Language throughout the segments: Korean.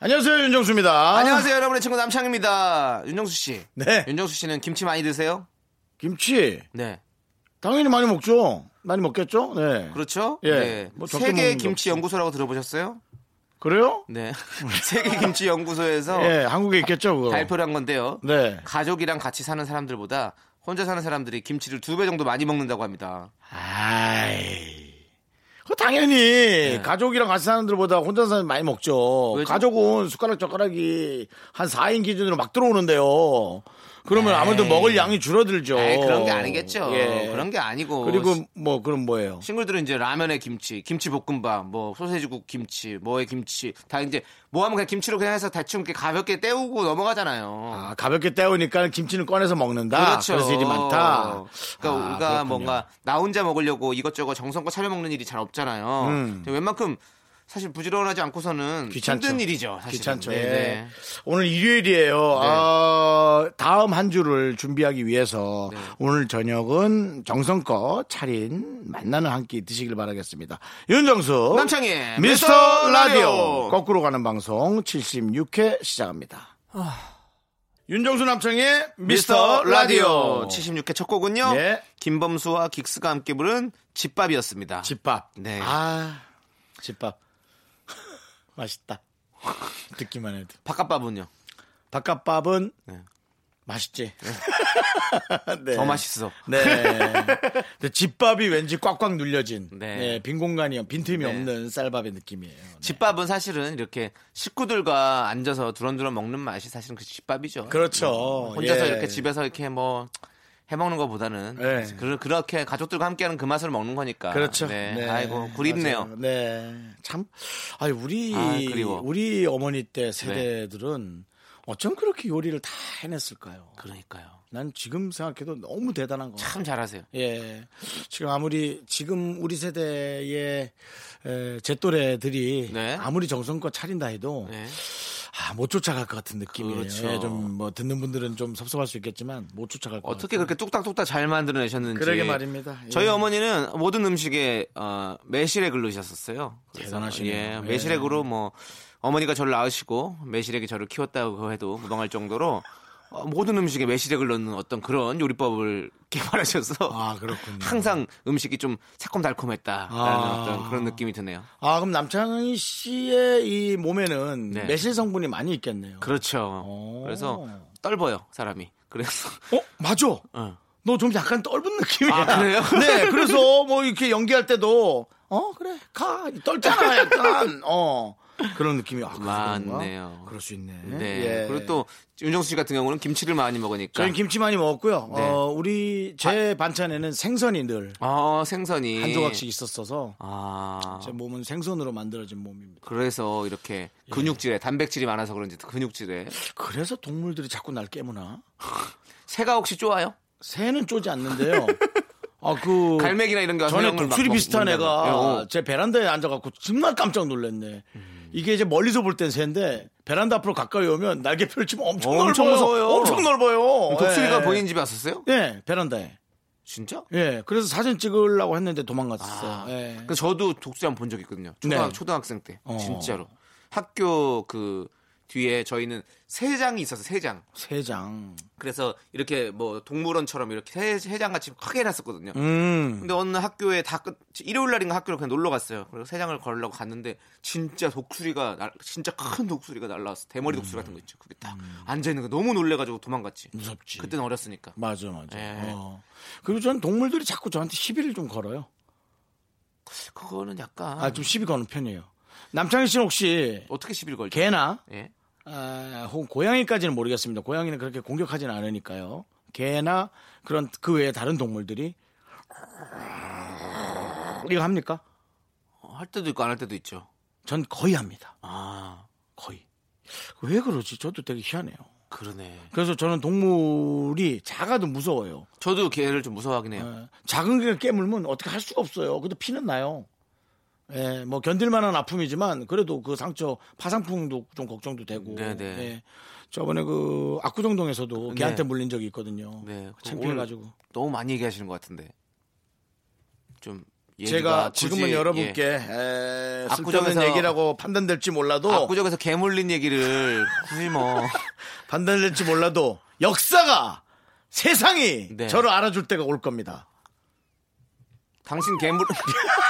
안녕하세요 윤정수입니다. 안녕하세요, 여러분의 친구 남창입니다. 윤정수 씨. 네. 윤정수 씨는 김치 많이 드세요? 김치 네. 당연히 많이 먹죠. 많이 먹겠죠. 네. 그렇죠? 예. 네. 뭐 적게 세계 먹는 김치 거 없지. 연구소라고 들어보셨어요? 그, 래요 네. 세계 김치 연구소에서 예, 한국에 있겠죠 그거. 발표를 한 건데요. 네. 가족이랑 같이 사는 사람들보다 혼자 사는 사람들이 김치를 두 배 정도 많이 먹는다고 합니다. 아이. 그 당연히 가족이랑 같이 사는 들보다 혼자 사는 많이 먹죠. 네. 왜죠? 가족은 숟가락 젓가락이 한 4인 기준으로 막 들어오는데요. 그러면 아무래도 먹을 양이 줄어들죠. 에이, 네. 그런 게 아니겠죠. 예. 그런 게 아니고. 그리고 뭐 그럼 뭐예요? 싱글들은 이제 라면에 김치, 김치 볶음밥, 뭐 소세지국 김치, 뭐에 김치 다 이제 뭐 하면 그냥 김치로 그냥 해서 대충 이렇게 가볍게 때우고 넘어가잖아요. 아, 가볍게 때우니까 김치는 꺼내서 먹는다. 그렇죠. 래서 일이 많다. 그러니까 아, 우리가 그렇군요. 뭔가 나 혼자 먹으려고 이것저것 정성껏 차려 먹는 일이 잘 없잖아요. 근데 웬만큼 사실 부지런하지 않고서는 음. 귀찮죠. 힘든 일이죠. 사실은. 귀찮죠. 네, 예. 네. 오늘 일요일이에요. 아, 다음 한 주를 준비하기 위해서 네. 오늘 저녁은 정성껏 차린 만나는 한 끼 드시길 바라겠습니다. 윤정수 남창희의 미스터 라디오 라디오. 거꾸로 가는 방송 76회 시작합니다. 아. 윤정수 남창희의 미스터 라디오 76회 첫 곡은요. 예. 김범수와 긱스가 함께 부른 집밥이었습니다. 집밥. 네. 아, 집밥 맛있다. 듣기만 해도. 바깥밥은요. 바깥밥은 네. 맛있지. 네. 더 맛있어. 네. 근데 집밥이 왠지 꽉꽉 눌려진 네. 네, 빈 공간이 빈틈이 네. 없는 쌀밥의 느낌이에요. 네. 집밥은 사실은 이렇게 식구들과 앉아서 두런두런 먹는 맛이 사실은 그 집밥이죠. 그렇죠. 음, 혼자서 예. 이렇게 집에서 이렇게 뭐 해먹는 것보다는 네. 그, 그렇게 가족들과 함께하는 그 맛을 먹는 거니까. 그렇죠. 네. 네. 아이고 구립네요. 맞아요. 네. 참 아니 우리 아, 그리워. 네. 우리 어머니 때 세대들은 어쩜 그렇게 요리를 다 해냈을까요? 그러니까요. 난 지금 생각해도 너무 대단한 것 같아요. 참 잘하세요. 예. 지금 아무리 지금 우리 세대의 에, 제 또래들이 네. 아무리 정성껏 차린다 해도 네. 아, 못 쫓아갈 것 같은 느낌이에요. 그렇죠. 예, 좀뭐 듣는 분들은 좀 섭섭할 수 있겠지만 못 쫓아갈 것 어떻게 그렇게 뚝딱뚝딱 잘 만들어내셨는지. 그러게 말입니다. 예. 저희 어머니는 모든 음식에 어, 매실액을 넣으셨었어요. 그래서, 대단하시네요. 예, 예. 매실액으로 뭐 어머니가 저를 낳으시고 매실액이 저를 키웠다고 해도 무방할 정도로 어, 모든 음식에 매실액을 넣는 어떤 그런 요리법을 개발하셔서 아, 그렇군요. 항상 음식이 좀 새콤달콤했다라는 아. 어떤 그런 느낌이 드네요. 아, 그럼 남창희 씨의 이 몸에는 네. 매실 성분이 많이 있겠네요. 그렇죠. 오. 그래서 떨버요 사람이. 그래서 어, 맞아. 어. 너 좀 약간 떫은 느낌이야. 아, 그래요? 네, 그래서 뭐 이렇게 연기할 때도 어 그래 가 떨잖아 약간 어 그런 느낌이 아, 그런가? 맞네요. 그럴 수 있네. 네. 예. 그리고 또 윤정수 씨 같은 경우는 김치를 많이 먹으니까 저희 김치 많이 먹었고요. 네. 어 우리 제 반찬에는 생선이 늘 한 아, 생선이 조각씩 있었어서 아. 제 몸은 생선으로 만들어진 몸입니다. 그래서 이렇게 예. 근육질에 단백질이 많아서 그런지 근육질에 그래서 동물들이 자꾸 날 깨무나? 새가 혹시 좋아요? 새는 쪼지 않는데요. 아그 갈매기나 이런 게 와서 어, 전에 형을 그러니까 막 독수리 먹- 비슷한 먹는다고. 예, 애가 어. 음. 제 베란다에 앉아갖고 정말 깜짝 놀랐네. 이게 이제 멀리서 볼 땐 새인데 베란다 앞으로 가까이 오면 날개 펼치면 엄청, 엄청 넓어요. 무서워요. 엄청 넓어요. 독수리가 예. 본인 집에 왔었어요? 예, 베란다에. 진짜? 예, 그래서 사진 찍으려고 했는데 도망갔었어요. 아, 예. 그 저도 독수리 한번 본 적 있거든요. 초등학, 네. 초등학생 때 어. 진짜로 학교 그 뒤에 저희는 세 장이 있었어 세 장. 세 장. 그래서 이렇게 뭐 동물원처럼 이렇게 세 장 같이 크게 해놨었거든요. 음. 근데 어느 학교에 다 끝, 일요일 날인가 학교를 그냥 놀러 갔어요. 그래서 세 장을 걸으려고 갔는데 진짜 독수리가 날- 진짜 큰 독수리가 날라왔어. 대머리 독수리 같은 거 있죠. 그게 딱 앉아 있는 거 너무 놀래가지고 도망갔지. 무섭지. 그때는 어렸으니까. 맞아, 맞아. 예. 어. 그리고 저는 동물들이 자꾸 저한테 시비를 좀 걸어요. 그거는 약간 아, 좀 시비 거는 편이에요. 남창희 씨는 혹시 어떻게 시비를 걸죠? 개나 예. 아, 혹은 고양이까지는 모르겠습니다. 고양이는 그렇게 공격하진 않으니까요. 개나 그런 그 외에 다른 동물들이 이거 합니까? 어, 할 때도 있고 안 할 때도 있죠. 전 거의 합니다. 아 거의. 왜 그러지? 저도 되게 희한해요. 그러네. 그래서 저는 동물이 작아도 무서워요. 저도 개를 좀 무서워하긴 해요. 예, 작은 게 깨물면 어떻게 할 수가 없어요. 그래도 피는 나요. 예, 뭐 견딜만한 아픔이지만 그래도 그 상처 파상풍도 좀 걱정도 되고. 네네. 예, 저번에 그 압구정동에서도 네. 개한테 물린 적이 있거든요. 네, 그 창피해가지고. 너무 많이 얘기하시는 것 같은데 좀 얘기가 제가 굳이- 지금은 여러분께 예. 에, 압구정에서- 쓸데없는 얘기라고 판단될지 몰라도 압구정에서 개 물린 얘기를 굳이 뭐 판단될지 몰라도 역사가 세상이 네. 저를 알아줄 때가 올 겁니다. 당신 개물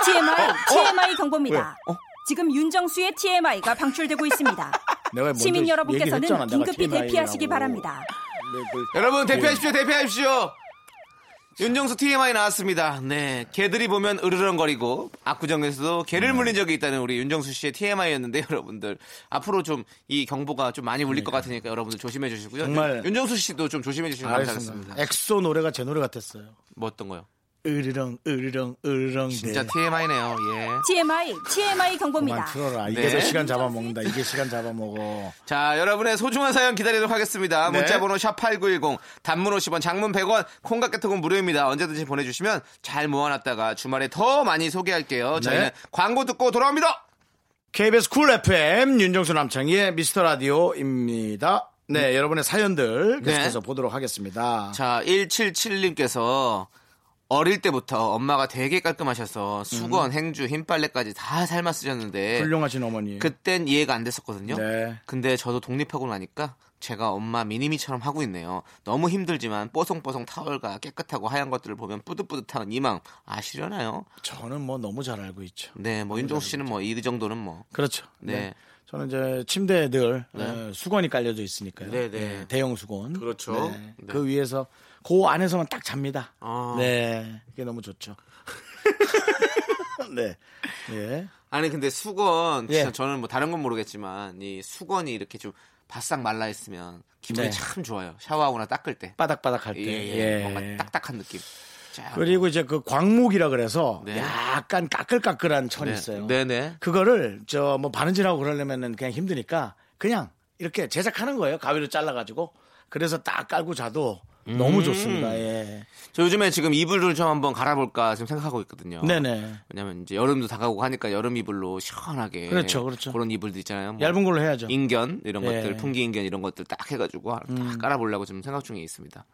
TMI, 어, TMI 경보입니다. 왜? 어? 지금 윤정수의 TMI가 방출되고 있습니다. 내가 먼저 시민 얘기를 했잖아, 여러분께서는 내가 긴급히 TMI 라고. 대피하시기 바랍니다. 네, 그- 여러분 대피하십시오 대피하십시오 윤정수 TMI 나왔습니다 네 개들이 보면 으르렁거리고 압구정에서도 개를 물린 적이 있다는 우리 윤정수 씨의 TMI였는데 여러분들 앞으로 좀 이 경보가 좀 많이 울릴 것 같으니까 여러분들 조심해 주시고요 정말- 윤- 윤정수 씨도 좀 조심해 주시면 알겠습니다. 감사하겠습니다 엑소 노래가 제 노래 같았어요. 뭐 어떤 거요? 으르렁 으르렁 으르렁 진짜 네. TMI네요 예. TMI, TMI 경보입니다. 그만 틀어라. 이게 네. 내 시간 잡아먹는다. 이게 시간 잡아먹어. 자, 여러분의 소중한 사연 기다리도록 하겠습니다. 네. 문자번호 샵8910, 단문 50원, 장문 100원, 콩깍개톡은 무료입니다. 언제든지 보내주시면 잘 모아놨다가 주말에 더 많이 소개할게요. 저희는 광고 듣고 돌아옵니다! KBS 쿨 FM 윤정수 남창희의 미스터 라디오입니다. 네, 여러분의 사연들 계속해서 보도록 하겠습니다. 음. 네. 자, 177님께서 어릴 때부터 엄마가 되게 깔끔하셔서 수건, 행주, 흰빨래까지 다 삶아 쓰셨는데 훌륭하신 어머니. 네. 그땐 이해가 안 됐었거든요. 예. 네. 근데 저도 독립하고 나니까 제가 엄마 미니미처럼 하고 있네요. 너무 힘들지만 뽀송뽀송 타월과 깨끗하고 하얀 것들을 보면 뿌듯뿌듯한 이망 아시려나요? 저는 뭐 너무 잘 알고 있죠. 네, 뭐 윤종수 씨는 뭐 이 정도는 뭐. 그렇죠. 네. 네. 저는 이제 침대에 늘 어, 수건이 깔려져 있으니까요. 네, 네. 예, 대형 수건. 그렇죠. 네. 네. 그 위에서 그 안에서만 딱 잡니다. 아. 네. 그게 너무 좋죠. 네. 예. 아니 근데 수건 진짜 예. 저는 뭐 다른 건 모르겠지만 이 수건이 이렇게 좀 바싹 말라 있으면 기분이 네. 참 좋아요. 샤워하거나 닦을 때. 바닥바닥 할 때. 예, 예. 뭔가 딱딱한 느낌. 자, 그리고 이제 그 광목이라 그래서 네. 약간 까끌까끌한 천이 있어요. 네, 네. 그거를 저 뭐 바느질하고 그러려면은 그냥 힘드니까 그냥 이렇게 제작하는 거예요. 가위로 잘라가지고. 그래서 딱 깔고 자도 음. 너무 좋습니다. 예. 저 요즘에 지금 이불을 좀 한번 갈아볼까 지금 생각하고 있거든요. 네네. 왜냐면 이제 여름도 다가오고 하니까 여름 이불로 시원하게 그렇죠, 그렇죠. 런 이불도 있잖아요. 뭐 얇은 걸로 해야죠. 인견 이런 예. 음. 것들, 풍기 인견 이런 것들 딱 해가지고 다 깔아보려고 지금 생각 중에 있습니다.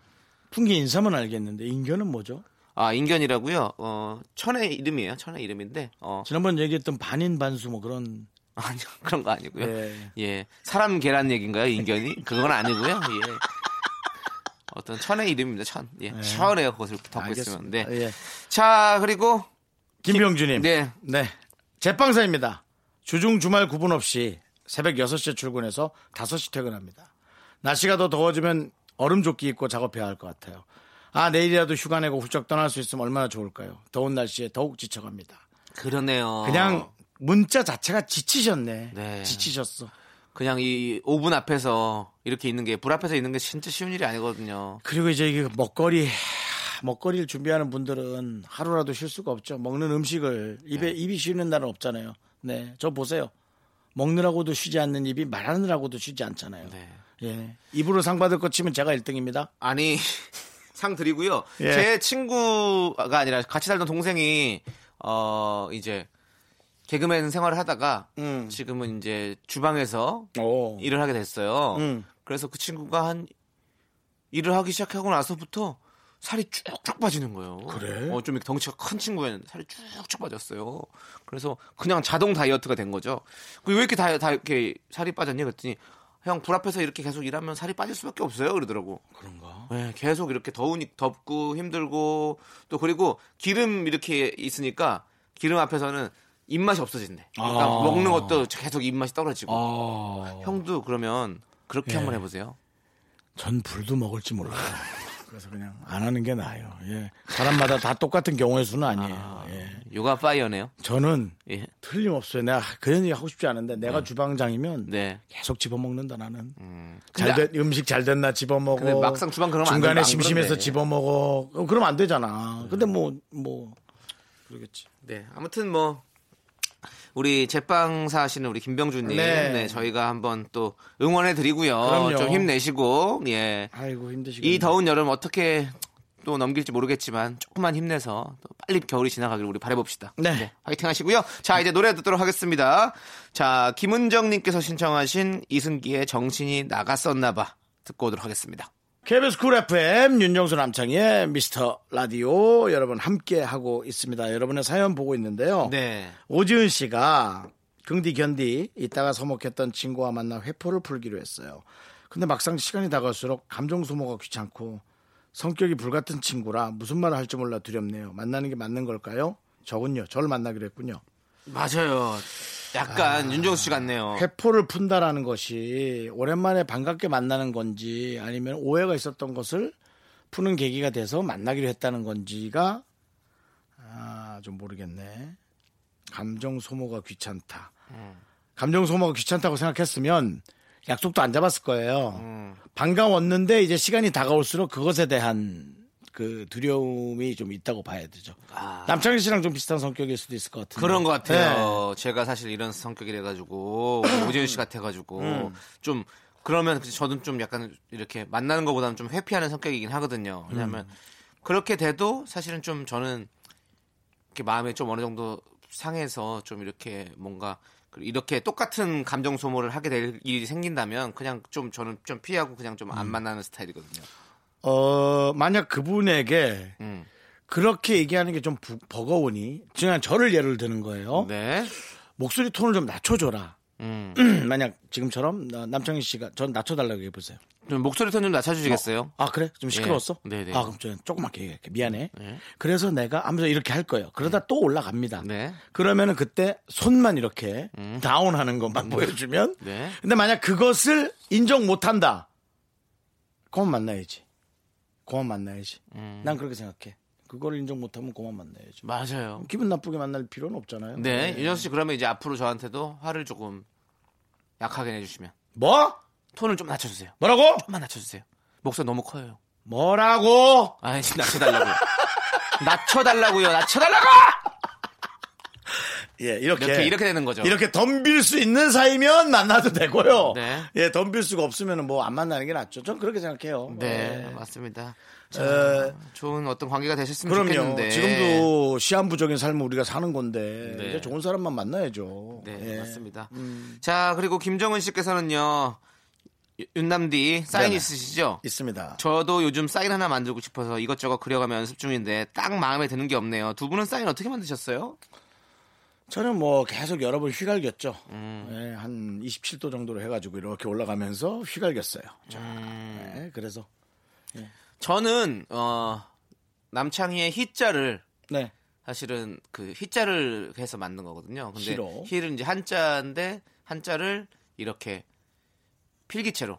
풍기 인삼은 알겠는데 인견은 뭐죠? 아 인견이라고요? 어 천의 이름이에요. 천의 이름인데 어 지난번 얘기했던 반인 반수 뭐 그런 아니요 그런 거 아니고요. 예. 예 사람 계란 얘기인가요? 인견이 그건 아니고요. 예. 어떤 천의 이름입니다. 천. 예. 시원해요. 그것을 덮고 있으면. 네. 알겠습니다. 예. 자 그리고 김병주님. 네. 네. 제빵사입니다. 주중 주말 구분 없이 새벽 6시에 출근해서 5시 퇴근합니다. 날씨가 더 더워지면 얼음 조끼 입고 작업해야 할 것 같아요. 아, 내일이라도 휴가 내고 훌쩍 떠날 수 있으면 얼마나 좋을까요? 더운 날씨에 더욱 지쳐갑니다. 그러네요. 그냥 문자 자체가 지치셨네. 어. 네. 지치셨어. 그냥 이 5분 앞에서 이렇게 있는 게 불 앞에서 있는 게 진짜 쉬운 일이 아니거든요. 그리고 이제 이게 먹거리 먹거리를 준비하는 분들은 하루라도 쉴 수가 없죠. 먹는 음식을 입에 입이 쉬는 날은 없잖아요. 네, 저 보세요. 먹느라고도 쉬지 않는 입이 말하느라고도 쉬지 않잖아요. 네. 예, 입으로 상 받을 것 치면 제가 1등입니다. 아니 상 드리고요. 예. 제 친구가 아니라 같이 살던 동생이 어 이제 개그맨 생활을 하다가 음. 지금은 이제 주방에서 오, 일을 하게 됐어요. 어. 음. 그래서 그 친구가 한 일을 하기 시작하고 나서부터 살이 쭉쭉 빠지는 거예요. 그래? 어, 좀 이렇게 덩치가 큰 친구였는데 살이 쭉쭉 빠졌어요. 그래서 그냥 자동 다이어트가 된 거죠. 그왜 이렇게 다, 다 이렇게 살이 빠졌냐 그랬더니 형 불 앞에서 이렇게 계속 일하면 살이 빠질 수밖에 없어요. 그러더라고. 그런가? 네, 계속 이렇게 더우니 덥고 힘들고 또 그리고 기름 이렇게 있으니까 기름 앞에서는 입맛이 없어진대. 그러니까 아. 먹는 것도 계속 입맛이 떨어지고. 아, 형도 그러면 그렇게 예. 한번 해보세요. 전 불도 먹을지 몰라요. 그래서 그냥 안 하는 게 나아요. 예, 사람마다 다 똑같은 경우의 수는 아니에요. 예, 요가 파이어네요. 저는 예. 틀림없어요. 내가 그런 얘기 하고 싶지 않은데 내가 주방장이면 네. 계속 집어먹는다 나는. 음. 근데 아- 잘 된- 음식 잘 됐나 집어먹어. 근데 막상 주방 그러면 안 중간에 된다, 안 음. 심심해서 그런데. 집어먹어. 그럼 그러면 안 되잖아. 근데 뭐 뭐 그러겠지. 네. 아무튼 뭐 우리 제빵사 하시는 우리 김병준님, 네. 네. 저희가 한번 또 응원해 드리고요. 그럼요. 좀 힘내시고, 예. 아이고 힘드시겠네요. 이 더운 여름 어떻게 또 넘길지 모르겠지만 조금만 힘내서 또 빨리 겨울이 지나가길 우리 바라봅시다. 네. 화이팅 하시고요. 자, 이제 노래 듣도록 하겠습니다. 자, 김은정님께서 신청하신 이승기의 정신이 나갔었나봐 듣고 오도록 하겠습니다. KBS 쿨 FM 윤정수 남창희의 미스터 라디오 여러분 함께 하고 있습니다. 여러분의 사연 보고 있는데요. 네. 오지은 씨가 긍디 견디 이따가 서먹했던 친구와 만나 회포를 풀기로 했어요. 근데 막상 시간이 다가올수록 감정 소모가 귀찮고 성격이 불같은 친구라 무슨 말을 할지 몰라 두렵네요. 만나는 게 맞는 걸까요? 저군요. 저를 만나기로 했군요. 맞아요. 약간 윤정수 씨 같네요. 회포를 푼다라는 것이 오랜만에 반갑게 만나는 건지 아니면 오해가 있었던 것을 푸는 계기가 돼서 만나기로 했다는 건지가 아, 좀 모르겠네. 감정 소모가 귀찮다. 음. 감정 소모가 귀찮다고 생각했으면 약속도 안 잡았을 거예요. 음. 반가웠는데 이제 시간이 다가올수록 그것에 대한 그 두려움이 좀 있다고 봐야 되죠. 남창희 씨랑 좀 비슷한 성격일 수도 있을 것 같은데. 아. 그런 것 네. 같아요. 제가 사실 이런 성격이라 가지고 오재윤 씨 같아 가지고 좀 그러면 저는 좀 약간 이렇게 만나는 것보다는 좀 회피하는 성격이긴 하거든요. 왜냐하면 그렇게 돼도 사실은 좀 저는 이렇게 마음에 좀 어느 정도 상해서 좀 이렇게 뭔가 이렇게 똑같은 감정 소모를 하게 될 일이 생긴다면 그냥 좀 저는 좀 피하고 그냥 좀 안 만나는 스타일이거든요. 어, 만약 그분에게 음. 그렇게 얘기하는 게 좀 버거우니, 지금 저를 예를 드는 거예요. 네. 목소리 톤을 좀 낮춰줘라. 음. 만약 지금처럼 나- 남창희 씨가 전 낮춰달라고 얘기해보세요. 좀 목소리 톤 좀 낮춰주시겠어요? 아, 그래? 좀 시끄러웠어? 예. 네네. 아, 그럼 저는 조그맣게 얘기할게. 미안해. 예. 그래서 내가 하면서 이렇게 할 거예요. 그러다 또 올라갑니다. 네. 음. 그러면은 그때 손만 이렇게 다운하는 것만 보여주면. 네. 근데 만약 그것을 인정 못한다. 그만 만나야지. 그만 만나야지. 음. 난 그렇게 생각해. 그걸 인정 못하면 그만 만나야지. 맞아요. 기분 나쁘게 만날 필요는 없잖아요. 네, 윤정수 씨 그러면 이제 앞으로 저한테도 화를 조금 약하게 내주시면 뭐? 톤을 좀 낮춰주세요. 뭐라고? 조금만 낮춰주세요. 목소리 너무 커요. 뭐라고? 아, 지금 낮춰달라고요. 낮춰달라고요. 낮춰달라고! 예, 이렇게. 이렇게 이렇게 되는 거죠. 이렇게 덤빌 수 있는 사이면 만나도 되고요. 네. 예, 덤빌 수가 없으면 뭐 안 만나는 게 낫죠. 전 그렇게 생각해요. 네, 예. 맞습니다. 에, 좋은 어떤 관계가 되셨으면 그럼요. 좋겠는데. 지금도 시한부적인 삶을 우리가 사는 건데 네. 이제 좋은 사람만 만나야죠. 네, 예. 맞습니다. 자, 그리고 김정은 씨께서는요. 유- 윤남디 사인 네네. 있으시죠? 있습니다. 저도 요즘 사인 하나 만들고 싶어서 이것저것 그려가며 연습 중인데 딱 마음에 드는 게 없네요. 두 분은 사인 어떻게 만드셨어요? 저는 뭐 계속 여러 번 휘갈겼죠. 음. 예, 한 27도 정도로 해가지고 이렇게 올라가면서 휘갈겼어요. 자, 음. 예, 그래서 저는 어 남창희의 히자를 네, 사실은 그 히자를 해서 만든 거거든요. 근데 히로. 히는 이제 한자인데 한자를 이렇게 필기체로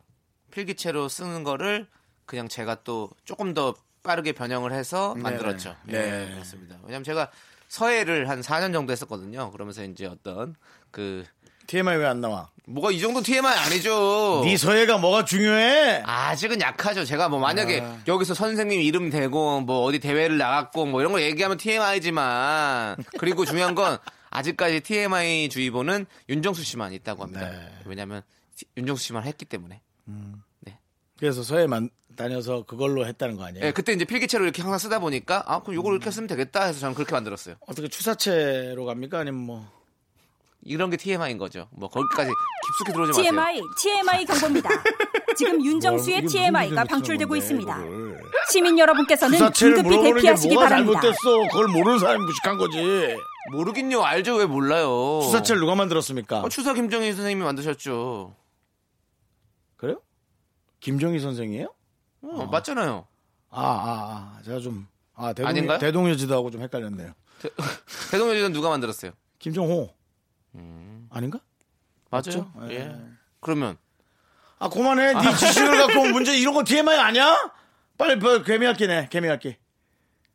필기체로 쓰는 거를 그냥 제가 또 조금 더 빠르게 변형을 해서 만들었죠. 네. 예, 그렇습니다. 왜냐면 제가 서예를 한 4년 정도 했었거든요. 그러면서 이제 어떤 그 TMI 왜 안 나와? 뭐가 이 정도 TMI 아니죠. 네 서예가 뭐가 중요해? 어. 아직은 약하죠. 제가 뭐 만약에 여기서 선생님 이름 대고 뭐 어디 대회를 나갔고 뭐 이런 거 얘기하면 TMI지만 그리고 중요한 건 아직까지 TMI 주의보는 윤정수 씨만 있다고 합니다. 왜냐하면 윤정수 씨만 했기 때문에. 그래서 서예만 다녀서 그걸로 했다는 거 아니에요? 예, 그때 이제 필기체로 이렇게 항상 쓰다 보니까 아 그럼 요걸 이렇게 쓰면 되겠다 해서 저는 그렇게 만들었어요. 어떻게 추사체로 갑니까? 아니면 뭐 이런 게 TMI인 거죠. 뭐 거기까지 깊숙이 들어오지 마세요. TMI, TMI 경보입니다. 지금 뭐, 윤정수의 TMI가 방출되고 있습니다. 시민 여러분께서는 추사체를 긴급히 물어보는 게 대피하시기 뭐가 바랍니다. 잘못됐어? 그걸 모르는 사람이 무식한 거지. 모르긴요. 알죠. 왜 몰라요. 추사체를 누가 만들었습니까? 어, 추사 김정희 선생님이 만드셨죠. 그래요? 김정희 선생이에요? 어, 맞잖아요. 아, 아, 아. 제가 좀, 아, 대동, 아닌가요? 대동여지도하고 좀 헷갈렸네요. 대동여지는 누가 만들었어요? 김정호. 음. 아닌가? 맞죠? 맞죠? 예. 예. 그러면 아, 그만해. 네 지식을 갖고 온 문제, 이런 거 TMI 아니야? 빨리, 빨리 개미학기네, 개미학기.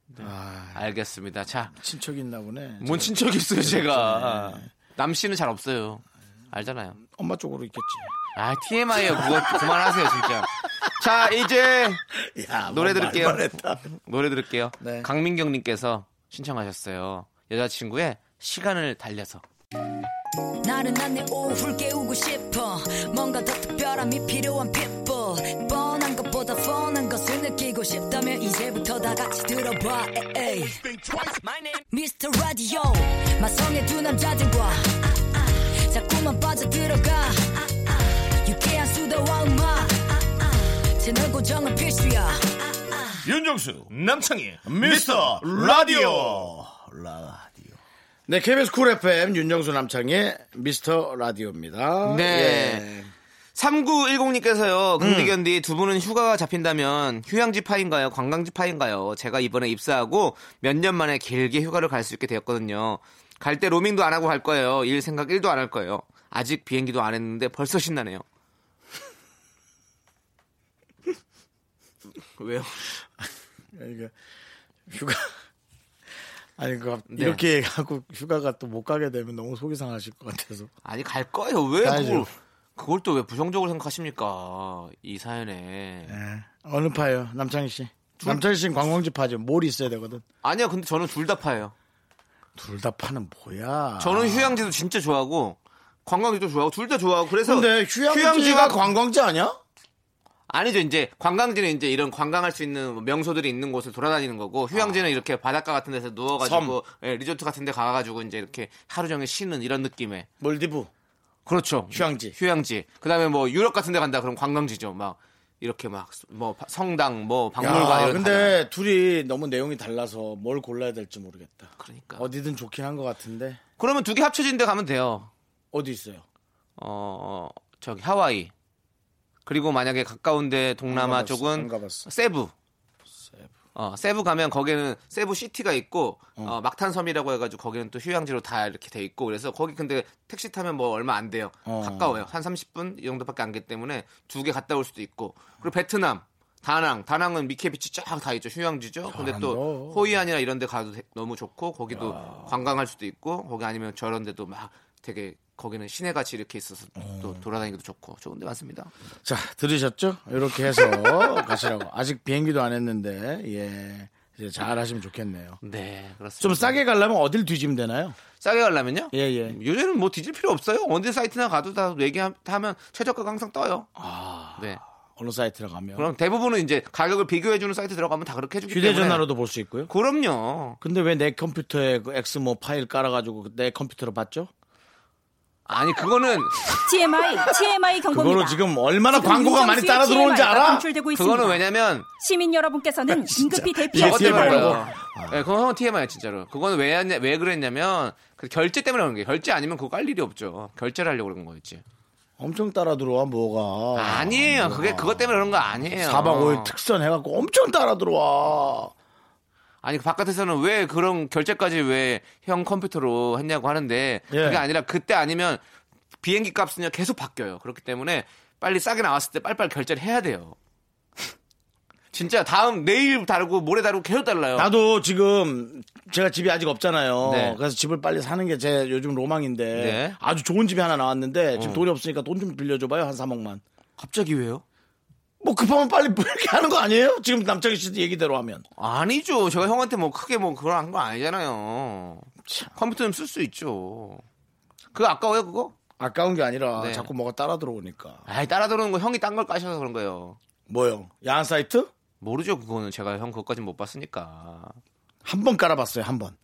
네. 아, 알겠습니다. 자, 친척이 있나 보네. 뭔 친척이 있어요, 제가. 남 씨는 잘 없어요. 알잖아요. 엄마 쪽으로 있겠지. 아, TMI예요. 그거 그만하세요, 진짜. 자, 이제 야, 노래 뭐 들을게요. 말만 했다. 노래 들을게요. 네. 강민경 님께서 신청하셨어요. 여자친구의 시간을 달려서. 나른한 내 오후를 깨우고 싶어 뭔가 더 특별함이 필요한 people 뻔한 것보다 뻔한 것을 느끼고 싶다면 이제부터 다 같이 들어봐 에이. Mr. Radio 마성의 두 남자들과 자꾸만 빠져들어가 유쾌한 수다와 음악 채널 고정은 필수야 윤정수 남창희 미스터 라디오 라디오 네, KBS 쿨 FM 윤정수 남창의 미스터 라디오입니다. 네. 3910님께서요, 음. 긍디견디 두 분은 휴가가 잡힌다면 휴양지파인가요? 관광지파인가요? 제가 이번에 입사하고 몇 년 만에 길게 휴가를 갈 수 있게 되었거든요. 갈 때 로밍도 안 하고 갈 거예요. 일 생각 1도 안 할 거예요. 아직 비행기도 안 했는데 벌써 신나네요. 왜요? 예. 이게 휴가. 아니, 그, 네. 이렇게 얘기하고 휴가가 또 못 가게 되면 너무 속이 상하실 것 같아서. 아니 갈 거예요. 왜 가야죠. 그걸 그걸 또 왜 부정적으로 생각하십니까? 이 사연에. 예. 어느 파예요, 남창희 씨? 남창희 씨는 관광지 파죠. 몰이 있어야 되거든. 아니야. 근데 저는 둘 다 파예요. 둘 다 파는 뭐야? 저는 휴양지도 진짜 좋아하고 관광지도 좋아하고 둘 다 좋아하고 그래서 근데 휴양지가, 관광지 아니야? 아니죠 이제 관광지는 이제 이런 관광할 수 있는 뭐 명소들이 있는 곳을 돌아다니는 거고 휴양지는 이렇게 바닷가 같은 데서 누워가지고 예, 리조트 같은 데 가가지고 이제 이렇게 하루 종일 쉬는 이런 느낌의 몰디브. 그렇죠 휴양지. 휴양지 그다음에 뭐 유럽 같은 데 간다 그럼 관광지죠 막 이렇게 막 뭐 성당 뭐 박물관 야, 이런 데 근데 둘이 너무 내용이 달라서 뭘 골라야 될지 모르겠다. 그러니까 어디든 좋긴 한 것 같은데 그러면 두 개 합쳐진 데 가면 돼요 어디 있어요? 어 저기 하와이 그리고 만약에 가까운데 동남아 안 가봤어, 안 쪽은 가봤어. 세부 어 세부 가면 거기는 세부 시티가 있고 어, 막탄섬이라고 해가지고 거기는 또 휴양지로 다 이렇게 돼 있고 그래서 거기 근데 택시 타면 뭐 얼마 안 돼요 어. 가까워요 한 30분 이 정도밖에 안 가기 때문에 두 개 갔다 올 수도 있고 그리고 베트남 다낭 다낭은 미케비치 쫙 다 있죠 휴양지죠 아, 근데 또 잘한다. 호이안이나 이런 데 가도 되- 너무 좋고 거기도 관광할 수도 있고 거기 아니면 저런 데도 막 되게 거기는 시내같이 이렇게 있어서 또 돌아다니기도 좋고 좋은 데 많습니다 자 들으셨죠? 이렇게 해서 가시라고 아직 비행기도 안 했는데 예 이제 잘 하시면 좋겠네요. 네 그렇습니다 좀 싸게 가려면 어딜 뒤지면 되나요? 싸게 가려면요? 예, 예. 요새는 뭐 뒤질 필요 없어요. 어디 사이트나 가도 다 얘기하면 최저가가 항상 떠요. 아. 네. 어느 사이트로 가면 그럼 대부분은 이제 가격을 비교해주는 사이트 들어가면 다 그렇게 해주기 휴대전화로도 볼 수 있고요. 때문에. 그럼요. 근데 왜 내 컴퓨터에 그 엑스모 파일 깔아가지고 그 내 컴퓨터로 봤죠? 아니 그거는 TMI, TMI 경고입니다. 그거로 지금 얼마나 광고가 많이 윤정수의 따라 들어오는지 TMI 가 알아? 방출되고 있습니다. 그거는 왜냐면 시민 여러분께서는 긴급히 아, 저것 대피하고 이게 때문에 TMI 라고? 그래요. 네, 그건 형 TMI야 진짜로. 그거는 왜, 했냐- 왜 그랬냐면 그 결제 때문에 그런 거예요. 결제 아니면 그거 깔 일이 없죠. 결제를 하려고 그런 거였지. 엄청 따라 들어와 뭐가 아니에요. 그게 그것 때문에 그런 거 아니에요. 4박 5일 특선 해갖고 엄청 따라 들어와. 아니 그 바깥에서는 왜 그런 결제까지 왜 형 컴퓨터로 했냐고 하는데 예. 그게 아니라 그때 아니면 비행기 값은요 계속 바뀌어요. 그렇기 때문에 빨리 싸게 나왔을 때 빨리빨리 결제를 해야 돼요. 진짜 다음 내일 다르고 모레 다르고 계속 달라요. 나도 지금 제가 집이 아직 없잖아요. 어. 네. 그래서 집을 빨리 사는 게 제 요즘 로망인데 네. 어. 아주 좋은 집이 하나 나왔는데 지금 돈이 없으니까 돈 좀 빌려줘봐요 한 3억만. 갑자기 왜요? 뭐 급하면 빨리 이렇게 하는 거 아니에요? 지금 남창희 씨 얘기대로 하면 아니죠. 제가 형한테 뭐 크게 뭐 그걸 한 거 아니잖아요. 컴퓨터 좀 쓸 수 있죠. 그거 아까워요 그거? 아까운 게 아니라 네. 자꾸 뭐가 따라 들어오니까 아이 따라 들어오는 거 형이 딴 걸 까셔서 그런 거예요. 뭐요? 야한 사이트 모르죠 그거는 제가 형 그것까진 못 봤으니까. 한 번 깔아봤어요 한 번.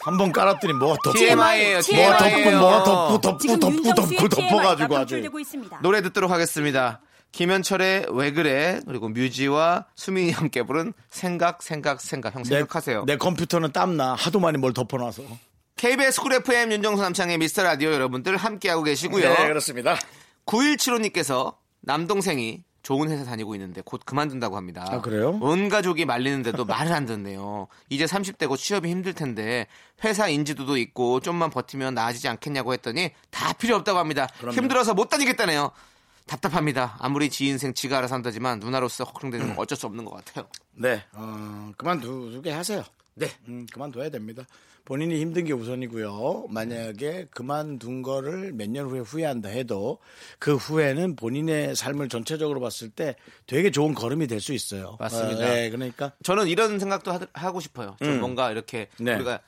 한 번 깔았더니 뭐가 덮고 TMI예요. 뭐가 덮고 TMI예요. 뭐가 덮고 덮고 지금 덮고 윤정수의 덮고 TMI가 덮어가지고 아주 방출되고 있습니다. 노래 듣도록 하겠습니다. 김현철의 왜 그래 그리고 뮤지와 수민이 함께 부른 생각 생각 생각 네, 형 생각하세요. 내 컴퓨터는 땀나 하도 많이 뭘 덮어놔서. KBS 쿨 FM 윤정수 남창의 미스터 라디오 여러분들 함께하고 계시고요. 네 그렇습니다. 9175님께서 남동생이 좋은 회사 다니고 있는데 곧 그만둔다고 합니다. 아, 그래요? 온 가족이 말리는데도 말을 안 듣네요. 이제 30대고 취업이 힘들 텐데 회사 인지도도 있고 좀만 버티면 나아지지 않겠냐고 했더니 다 필요 없다고 합니다. 힘들어서 못 다니겠다네요. 답답합니다. 아무리 지 인생 지가 알아서 한다지만 누나로서 걱정되는 음. 건 어쩔 수 없는 것 같아요. 네, 어, 그만두게 하세요. 네. 그만둬야 됩니다. 본인이 힘든 게 우선이고요. 만약에 그만둔 거를 몇 년 후에 후회한다 해도 그 후회는 본인의 삶을 전체적으로 봤을 때 되게 좋은 걸음이 될 수 있어요. 맞습니다. 어, 네, 그러니까 저는 이런 생각도 하, 고 싶어요. 좀 뭔가 이렇게 음. 네. 우리가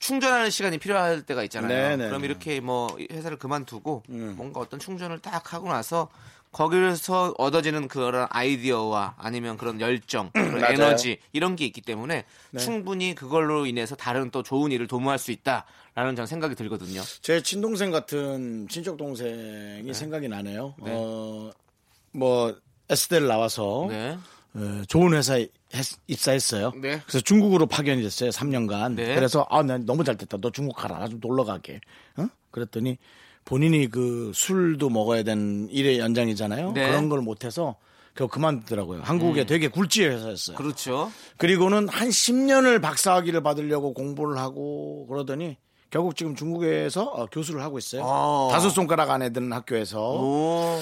충전하는 시간이 필요할 때가 있잖아요. 네네. 음. 그럼 이렇게 뭐 회사를 그만두고 뭔가 어떤 충전을 딱 하고 나서 거기서 얻어지는 그런 아이디어와 아니면 그런 열정, 음, 그런 맞아요. 네. 에너지 이런 게 있기 때문에 충분히 그걸로 인해서 다른 또 좋은 일을 도모할 수 있다라는 저는 생각이 들거든요. 제 친동생 같은 친척 동생이 생각이 나네요. 어, 뭐 에스델 나와서 네. 어, 좋은 회사에 했- 입사했어요. 네. 그래서 중국으로 파견이 됐어요. 3년간. 네. 그래서 아, 난 너무 잘 됐다. 너 중국 가라. 나 좀 놀러 가게. 어? 그랬더니 본인이 그 술도 먹어야 되는 일의 연장이잖아요. 네. 음. 그런 걸 못해서 결국 그만두더라고요. 한국에 되게 굴지의 회사였어요. 그렇죠. 그리고는 한 10년을 박사학위를 받으려고 공부를 하고 그러더니 결국 지금 중국에서 어, 교수를 하고 있어요. 아. 다섯 손가락 안에 드는 학교에서 오.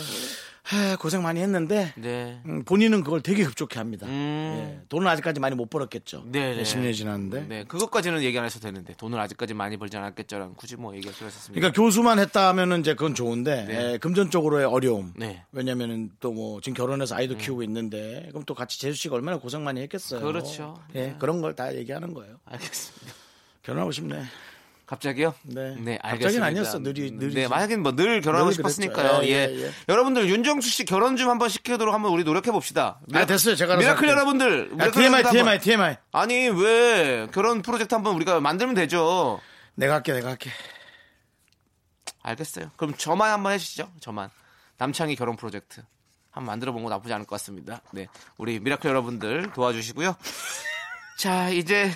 하, 고생 많이 했는데 네. 음, 본인은 그걸 되게 흡족해 합니다. 음. 예, 돈은 아직까지 많이 못 벌었겠죠. 네, 네. 10년이 지났는데. 네, 그것까지는 얘기 안 하셔도 되는데 돈을 아직까지 많이 벌지 않았겠죠라는 굳이 뭐 얘기할 필요 없었습니다. 그러니까 교수만 했다면은 이제 그건 좋은데 네. 예, 금전적으로의 어려움. 네. 왜냐면은 또 뭐 지금 결혼해서 아이도 키우고 있는데 그럼 또 같이 재수 씨가 얼마나 고생 많이 했겠어요. 그렇죠. 예, 그런 걸 다 얘기하는 거예요. 알겠습니다. 결혼하고 싶네. 아, 갑자기요? 네. 알겠습니다. 갑자기는 아니었어. 느리- 느리지. 네, 하긴 뭐 늘 결혼하고 늘 그랬죠. 싶었으니까요. 예, 예, 예, 예. 여러분들 윤정수 씨 결혼 좀 한번 시키도록 한번 우리 노력해 봅시다. 아, 됐어요. 제가 알아서 미라클 할게요. 여러분들. 야, 미라클 TMI, 여러분들 TMI, 한번- TMI. 아니, 왜 결혼 프로젝트 한번 우리가 만들면 되죠. 내가 할게, 내가 할게. 알겠어요. 그럼 저만 한번 해주시죠. 저만. 남창희 결혼 프로젝트. 한번 만들어 본 거 나쁘지 않을 것 같습니다. 네. 우리 미라클 여러분들 도와주시고요. 자, 이제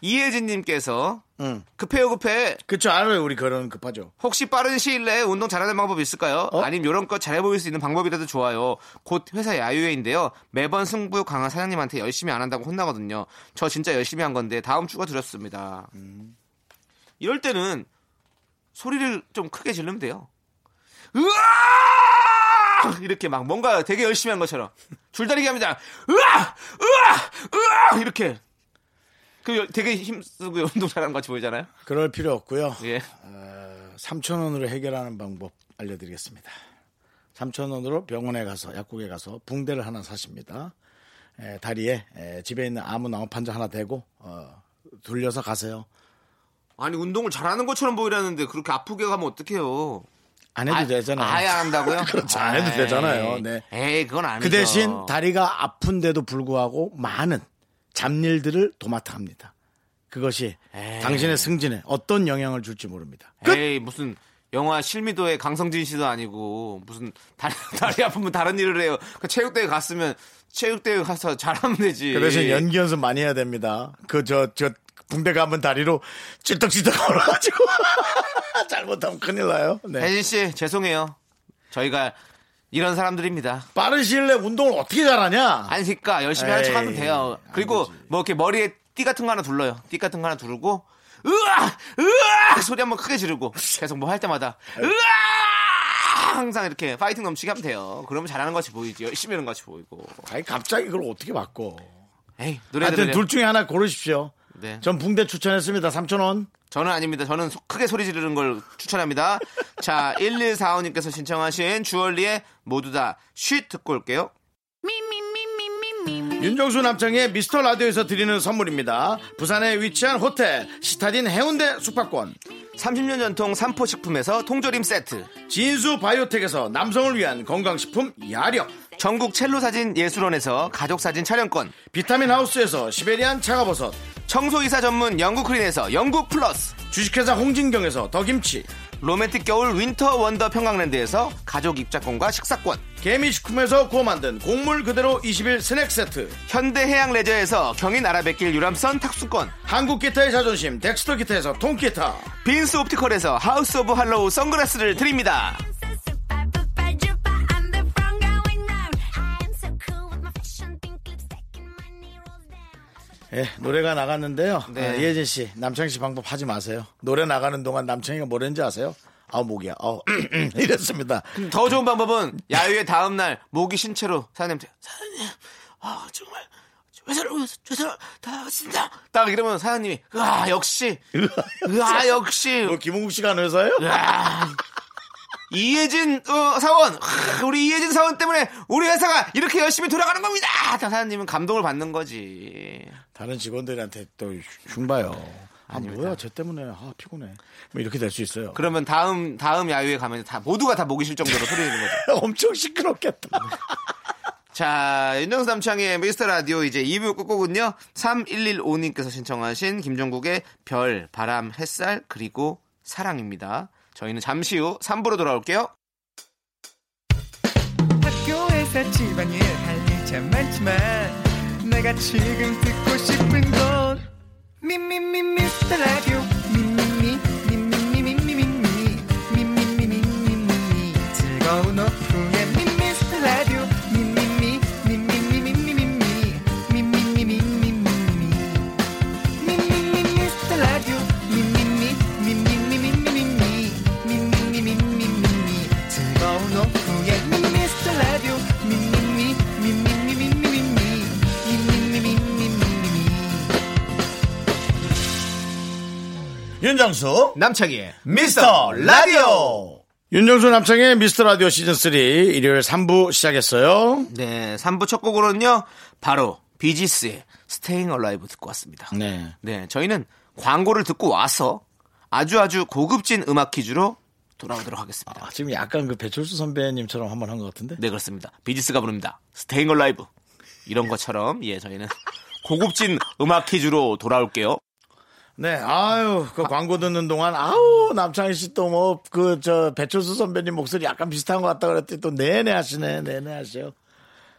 이혜진님께서 응. 급해요, 급해. 그쵸, 알아요. 우리 결혼은 급하죠. 혹시 빠른 시일 내에 운동 잘하는 방법 있을까요? 아니면 요런 거 잘해 보일 수 있는 방법이라도 좋아요. 곧 회사 야유회인데요. 매번 승부욕 강한 사장님한테 열심히 안 한다고 혼나거든요. 저 진짜 열심히 한 건데 다음 주가 두렵습니다. 음. 이럴 때는 소리를 좀 크게 지르면 돼요. 으아! 이렇게 막 뭔가 되게 열심히 한 것처럼 줄다리기 합니다. 으아! 으아! 으아! 이렇게 그 되게 힘쓰고 운동 잘하는 것 같이 보이잖아요. 그럴 필요 없고요. 예. 3,000원으로 해결하는 방법 알려드리겠습니다. 3,000원으로 병원에 가서, 약국에 가서 붕대를 하나 사십니다. 에, 다리에 에, 집에 있는 아무 나무판자 하나 대고, 어, 돌려서 가세요. 아니 운동을 잘하는 것처럼 보이라는데 그렇게 아프게 가면 어떡해요? 안 해도 아, 되잖아요. 아예 안 한다고요? 그렇죠. 안 해도 되잖아요. 네. 에이 그건 아니죠. 그 대신 다리가 아픈데도 불구하고 많은 잡일들을 도맡아 합니다. 그것이 에이. 당신의 승진에 어떤 영향을 줄지 모릅니다. 에이 무슨 영화 실미도의 강성진 씨도 아니고 무슨 다리, 다리 아프면 다른 일을 해요. 그 체육대회 갔으면 체육대회 가서 잘하면 되지. 그 대신 연기 연습 많이 해야 됩니다. 그 저 저 붕대 감은 다리로 찔떡찔떡 걸어가지고 잘못하면 큰일 나요. 네. 혜진 씨 죄송해요. 저희가 이런 사람들입니다. 빠른 시일 내 운동을 어떻게 잘하냐? 아니 그러니까 열심히 하는 에이, 척하면 돼요. 안 그리고 되지. 뭐 이렇게 머리에 띠 같은 거 하나 둘러요. 띠 같은 거 하나 두르고 으아 으아 소리 한번 크게 지르고 계속 뭐 할 때마다 으아 항상 이렇게 파이팅 넘치게 하면 돼요. 그러면 잘하는 것이 보이지 열심히 하는 것이 보이고. 아니 갑자기 그걸 어떻게 바꿔? 에이 노래 하여튼 들 둘 둘 중에 하나 고르십시오. 네. 전 붕대 추천했습니다. 3천 원. 저는 아닙니다. 저는 소- 크게 소리 지르는 걸 추천합니다. 자 1145님께서 신청하신 주얼리의 모두 다쉿 듣고 올게요. 윤정수 남창의 미스터 라디오에서 드리는 선물입니다. 부산에 위치한 호텔 시타딘 해운대 숙박권, 30년 전통 삼포식품에서 통조림 세트 진수 바이오텍에서 남성을 위한 건강식품 야력, 전국 첼로 사진 예술원에서 가족 사진 촬영권, 비타민 하우스에서 시베리안 차가버섯, 청소이사 전문 영국 크린에서 영국 플러스, 주식회사 홍진경에서 더김치, 로맨틱 겨울 윈터 원더 평강랜드에서 가족 입자권과 식사권, 개미식품에서 구워 만든 곡물 그대로 21 스낵 세트, 현대 해양 레저에서 경인 아라뱃길 유람선 탁수권, 한국 기타의 자존심 덱스터 기타에서 통기타, 빈스 옵티컬에서 하우스 오브 할로우 선글라스를 드립니다. 예, 노래가 나갔는데요. 네. 아, 이혜진 씨, 남창희 씨 방법 하지 마세요. 노래 나가는 동안 남창희가 뭐랬는지 아세요? 아우 목이야. 아우 음, 이랬습니다. 더 좋은 방법은 야유의 다음 날 모기 신체로 사장님한테 사장님 아 정말 회사를 위해서 최선을 다하겠습니다. 딱 이러면 사장님이 으아 역시 으아 역시 뭐 김홍국 씨가 하는 회사예요? 아, 이예진 어, 사원 하, 우리 이예진 사원 때문에 우리 회사가 이렇게 열심히 돌아가는 겁니다. 다 사장님은 감동을 받는 거지. 다른 직원들한테 또 흉봐요. 아 뭐야 쟤 때문에 아 피곤해. 뭐 이렇게 될 수 있어요. 그러면 다음 다음 야유회 가면 다 모두가 다 목이 쉴 정도로 소리내는 거죠. 엄청 시끄럽겠다. 자, 윤정수 남창의 미스터 라디오 이제 2부 끝곡은요. 3115님께서 신청하신 김종국의 별, 바람, 햇살, 그리고 사랑입니다. 저희는 잠시 후 3부로 돌아올게요. 학교에서 집안일 할 일 참 많지만 내가 지금 듣고 싶은 건 미미미 미스터 라디오 미미미 미미미 미미미 미미미 미미미 미미미 즐거운 오후에 미스터 라디오 미미미 미미미 미미미 미미미 미미미 미미미 윤정수 남창희의 미스터 라디오 윤정수 남창의 미스터 라디오 시즌 3 일요일 3부 시작했어요. 네, 3부 첫 곡으로는요. 바로 비지스의 스테잉 얼라이브 듣고 왔습니다. 네. 네, 저희는 광고를 듣고 와서 아주 아주 고급진 음악 퀴즈로 돌아오도록 하겠습니다. 아, 지금 약간 그 배철수 선배님처럼 한 번 한 것 같은데. 네 그렇습니다. 비지스가 부릅니다. 스테잉 얼라이브 이런 것처럼 예 저희는 고급진 음악 퀴즈로 돌아올게요. 네, 아유, 그 광고 듣는 동안, 아우, 남창희 씨 또 뭐, 그, 저, 배철수 선배님 목소리 약간 비슷한 것 같다 그랬더니 또 내내 하시네, 내내 하셔.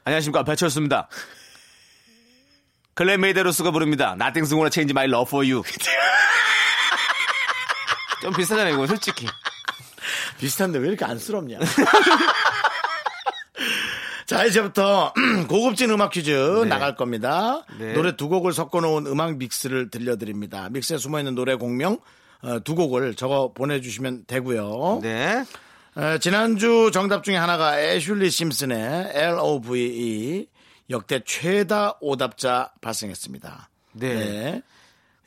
안녕하십니까 배철수입니다. 글렌 메이데로스가 부릅니다. Nothing's gonna change my love for you. 좀 비슷하잖아요 이거 솔직히. 비슷한데 왜 이렇게 안쓰럽냐. 자, 이제부터 고급진 음악 퀴즈 나갈 겁니다. 네. 노래 두 곡을 섞어놓은 음악 믹스를 들려드립니다. 믹스에 숨어있는 노래 공명 어, 두 곡을 적어 보내주시면 되고요. 네. 에, 지난주 정답 중에 하나가 애슐리 심슨의 LOVE E, 역대 최다 오답자 발생했습니다. 네.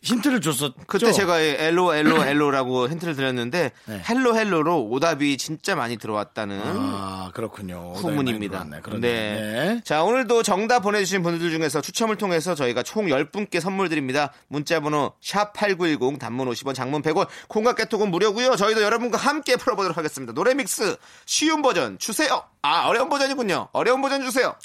힌트를 줬었죠. 그때 제가 이 엘로 엘로 엘로라고 힌트를 드렸는데 네. 헬로 헬로로 오답이 진짜 많이 들어왔다는 아 그렇군요. 후문입니다. 네. 네. 자, 오늘도 정답 보내주신 분들 중에서 추첨을 통해서 저희가 총 10분께 선물 드립니다. 문자번호 샵8910 단문 50원 장문 100원 콩과 깨톡은 무료고요 저희도 여러분과 함께 풀어보도록 하겠습니다. 노래 믹스 쉬운 버전 주세요. 아, 어려운 버전이군요. 어려운 버전 주세요.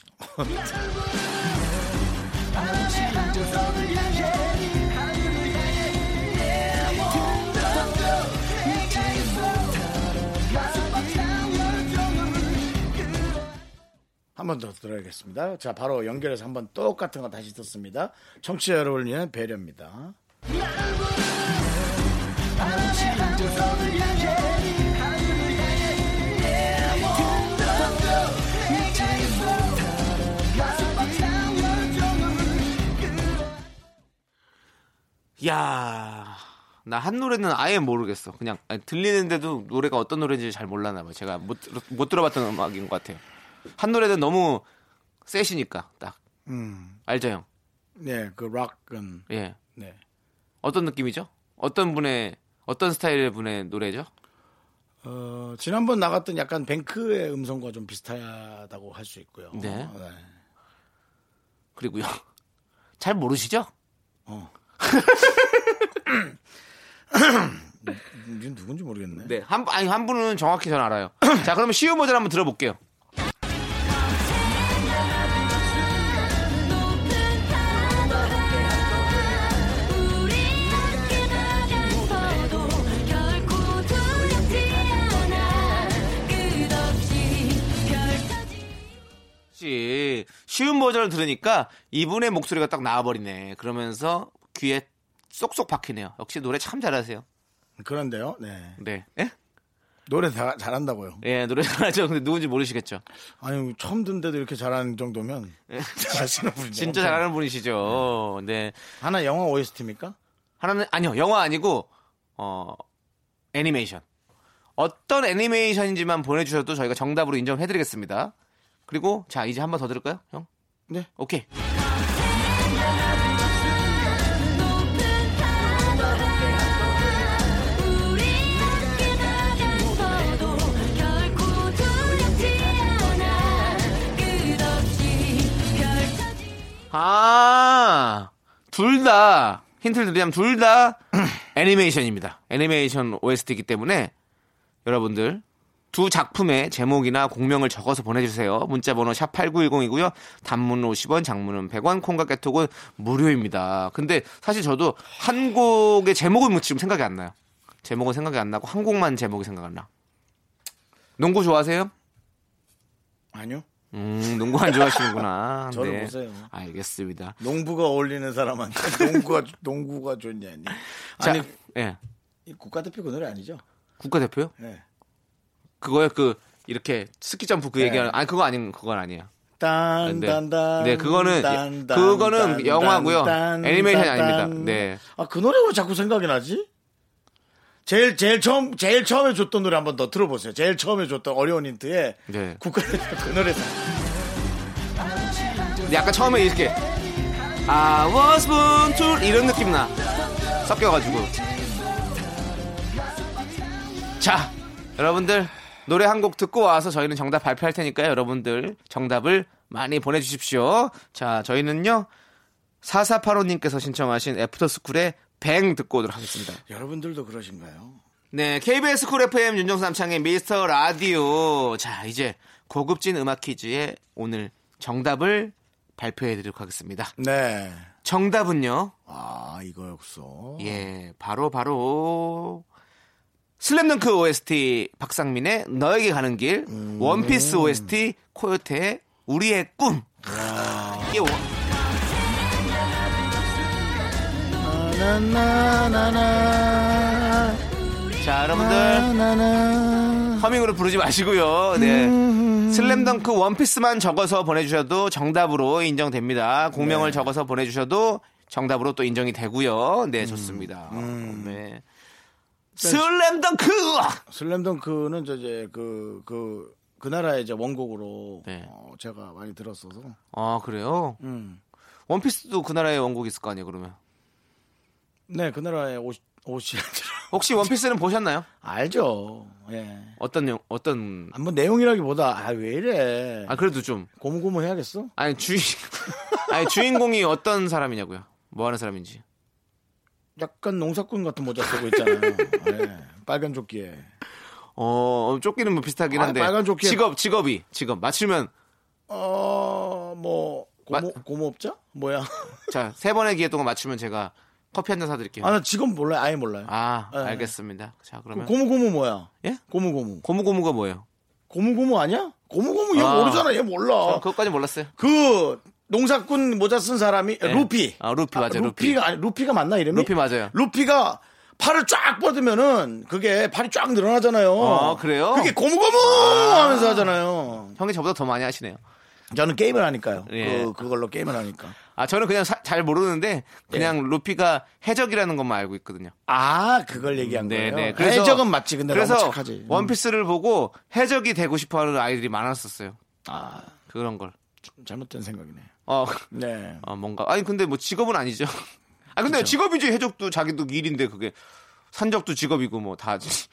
한 번 더 들어야겠습니다. 자 바로 연결해서 한 번 똑같은 거 다시 듣습니다. 청취자 여러분을 위한 배려입니다. 야 나 한 노래는 아예 모르겠어. 그냥 아니, 들리는데도 노래가 어떤 노래인지 잘 몰랐나 봐요. 제가 못, 들어- 못 들어봤던 음악인 것 같아요. 한 노래는 너무 세시니까 딱. 알죠, 형? 네, 그 락은 예. 네. 어떤 느낌이죠? 어떤 분의 어떤 스타일의 분의 노래죠? 어, 지난번 나갔던 약간 뱅크의 음성과 좀 비슷하다고 할 수 있고요. 네. 네. 그리고요. 잘 모르시죠? 이게 누군지 모르겠네. 네. 한 분- 아니 한 분은 정확히 전 알아요. 자, 그러면 쉬운 버전 한번 들어볼게요. 혹시 쉬운 버전을 들으니까 이분의 목소리가 딱 나와버리네. 그러면서 귀에 쏙쏙 박히네요. 역시 노래 참 잘하세요. 그런데요. 네. 네. 예? 노래 다 잘한다고요. 예, 노래 잘하죠. 근데 누군지 모르시겠죠. 아니 처음 듣는데도 이렇게 잘하는 정도면 자신은 분이 네. 진짜 잘하는 분이시죠. 네. 하나 영화 OST입니까? 하나는 아니요 영화 아니고 어 애니메이션 어떤 애니메이션인지만 보내주셔도 저희가 정답으로 인정해드리겠습니다 그리고 자 이제 한 번 더 들을까요 형? 네. 오케이 아, 아둘 다 힌트를 드리자면 둘 다 애니메이션입니다. 애니메이션 OST이기 때문에 여러분들 두 작품의 제목이나 공명을 적어서 보내주세요. 문자번호 샵 8910이고요. 단문 50원, 장문은 100원, 콩과 깨톡은 무료입니다. 근데 사실 저도 한 곡의 제목은 지금 생각이 안 나요. 제목은 생각이 안 나고 한 곡만 제목이 생각 안 나. 농구 좋아하세요? 아니요. 음, 농구 안 좋아하시는구나. 네. 저를 보세요. 알겠습니다. 농부가 어울리는 사람한테 농구가 농구가 좋냐니. 자, 아니 예. 이 국가대표 그 노래 아니죠? 국가대표요? 예. 그거요, 그, 이렇게 스키 점프 그 얘기하는, 아니, 그거 아닌, 그건 아니에요. 네. 딴딴딴. 네, 그거는- 그거는 영화고요. 애니메이션이 아닙니다. 네. 아그 노래가 자꾸 생각이 나지? 제일 제일 처음 제일 처음에 줬던 노래 한번 더 들어보세요. 제일 처음에 줬던 어려운 힌트에 네. 국가대표 그 노래. 근데 약간 처음에 이렇게, I was born to, 이런 느낌 나. 섞여가지고. 자, 여러분들, 노래 한 곡 듣고 와서 저희는 정답 발표할 테니까요. 여러분들, 정답을 많이 보내주십시오. 자, 저희는요, 4485님께서 신청하신 애프터스쿨의 뱅 듣고 오도록 하겠습니다. 여러분들도 그러신가요? 네, KBS 쿨 FM 윤정수 남창의 미스터 라디오. 자, 이제 고급진 음악 퀴즈의 오늘 정답을 발표해 드리도록 하겠습니다. 네. 정답은요. 아 이거였어. 예, 바로 바로 슬램덩크 OST 박상민의 너에게 가는 길, 원피스 OST 코요태의 우리의 꿈. 이게 원- 나나나나. 자, 여러분들 나나. 허밍으로 부르지 마시고요. 네. 음. 슬램덩크 원피스만 적어서 보내주셔도 정답으로 인정됩니다. 네. 공명을 적어서 보내주셔도 정답으로 또 인정이 되고요. 음. 네, 좋습니다. 네. 슬램덩크! 슬램덩크는 저 이제 그그그 나라의 이제 원곡으로 네. 어, 제가 많이 들었어서 아, 그래요? 음. 원피스도 그 나라의 원곡 있을 거 아니에요, 그러면? 네그 나라의 옷 옷이 아니라- 혹시 원피스는 보셨나요? 알죠 예 어떤, 영- 어떤. 한번 내용이라기보다 아 왜 이래 아, 그래도 좀. 고무고무 해야겠어 아니, 주인. 아니, 주인공이 어떤 사람이냐고요? 뭐 하는 사람인지. 약간 농사꾼 같은 모자 쓰고 있잖아요 예. 빨간 조끼에 어, 쫓기는 뭐 비슷하긴 아니, 한데. 빨간 조끼에- 직업, 직업이. 직업. 맞추면 어, 어뭐 고모 고모업자 뭐야 자, 세 번의 기회 동안 맞추면 제가 커피 한 잔 사드릴게요. 아 아, 나 지금 몰라요 아예 몰라요 예. 알겠습니다. 자, 그러면 고무고무 뭐야 예? 고무고무 고무고무가 뭐예요? 고무고무 아니야 고무고무 얘 아. 모르잖아 얘 몰라 저 그것까지 몰랐어요. 그 농사꾼 모자 쓴 사람이 네. 루피. 아, 루피 맞아요, 루피. 루피가 아니 루피가 맞나 이름이? 루피 맞아요. 루피가 팔을 쫙 뻗으면은 그게 팔이 쫙 늘어나잖아요. 아, 그래요? 아. 그게 고무고무 하면서 하잖아요. 형이 저보다 더 많이 하시네요. 저는 게임을 하니까요. 예. 그 그걸로 게임을 하니까. 아, 저는 그냥 사- 잘 모르는데 예. 그냥 루피가 해적이라는 것만 알고 있거든요. 아, 그걸 얘기한 네, 거예요. 네. 해적은 맞지. 근데 그래서 너무 착하지. 음. 원피스를 보고 해적이 되고 싶어하는 아이들이 많았었어요. 아, 그런 걸. 좀 잘못된 생각이네. 어, 네. 어, 뭔가 아니 근데 뭐 직업은 아니죠. 아 근데 직업이지 해적도 자기도 일인데 그게 산적도 직업이고 뭐 다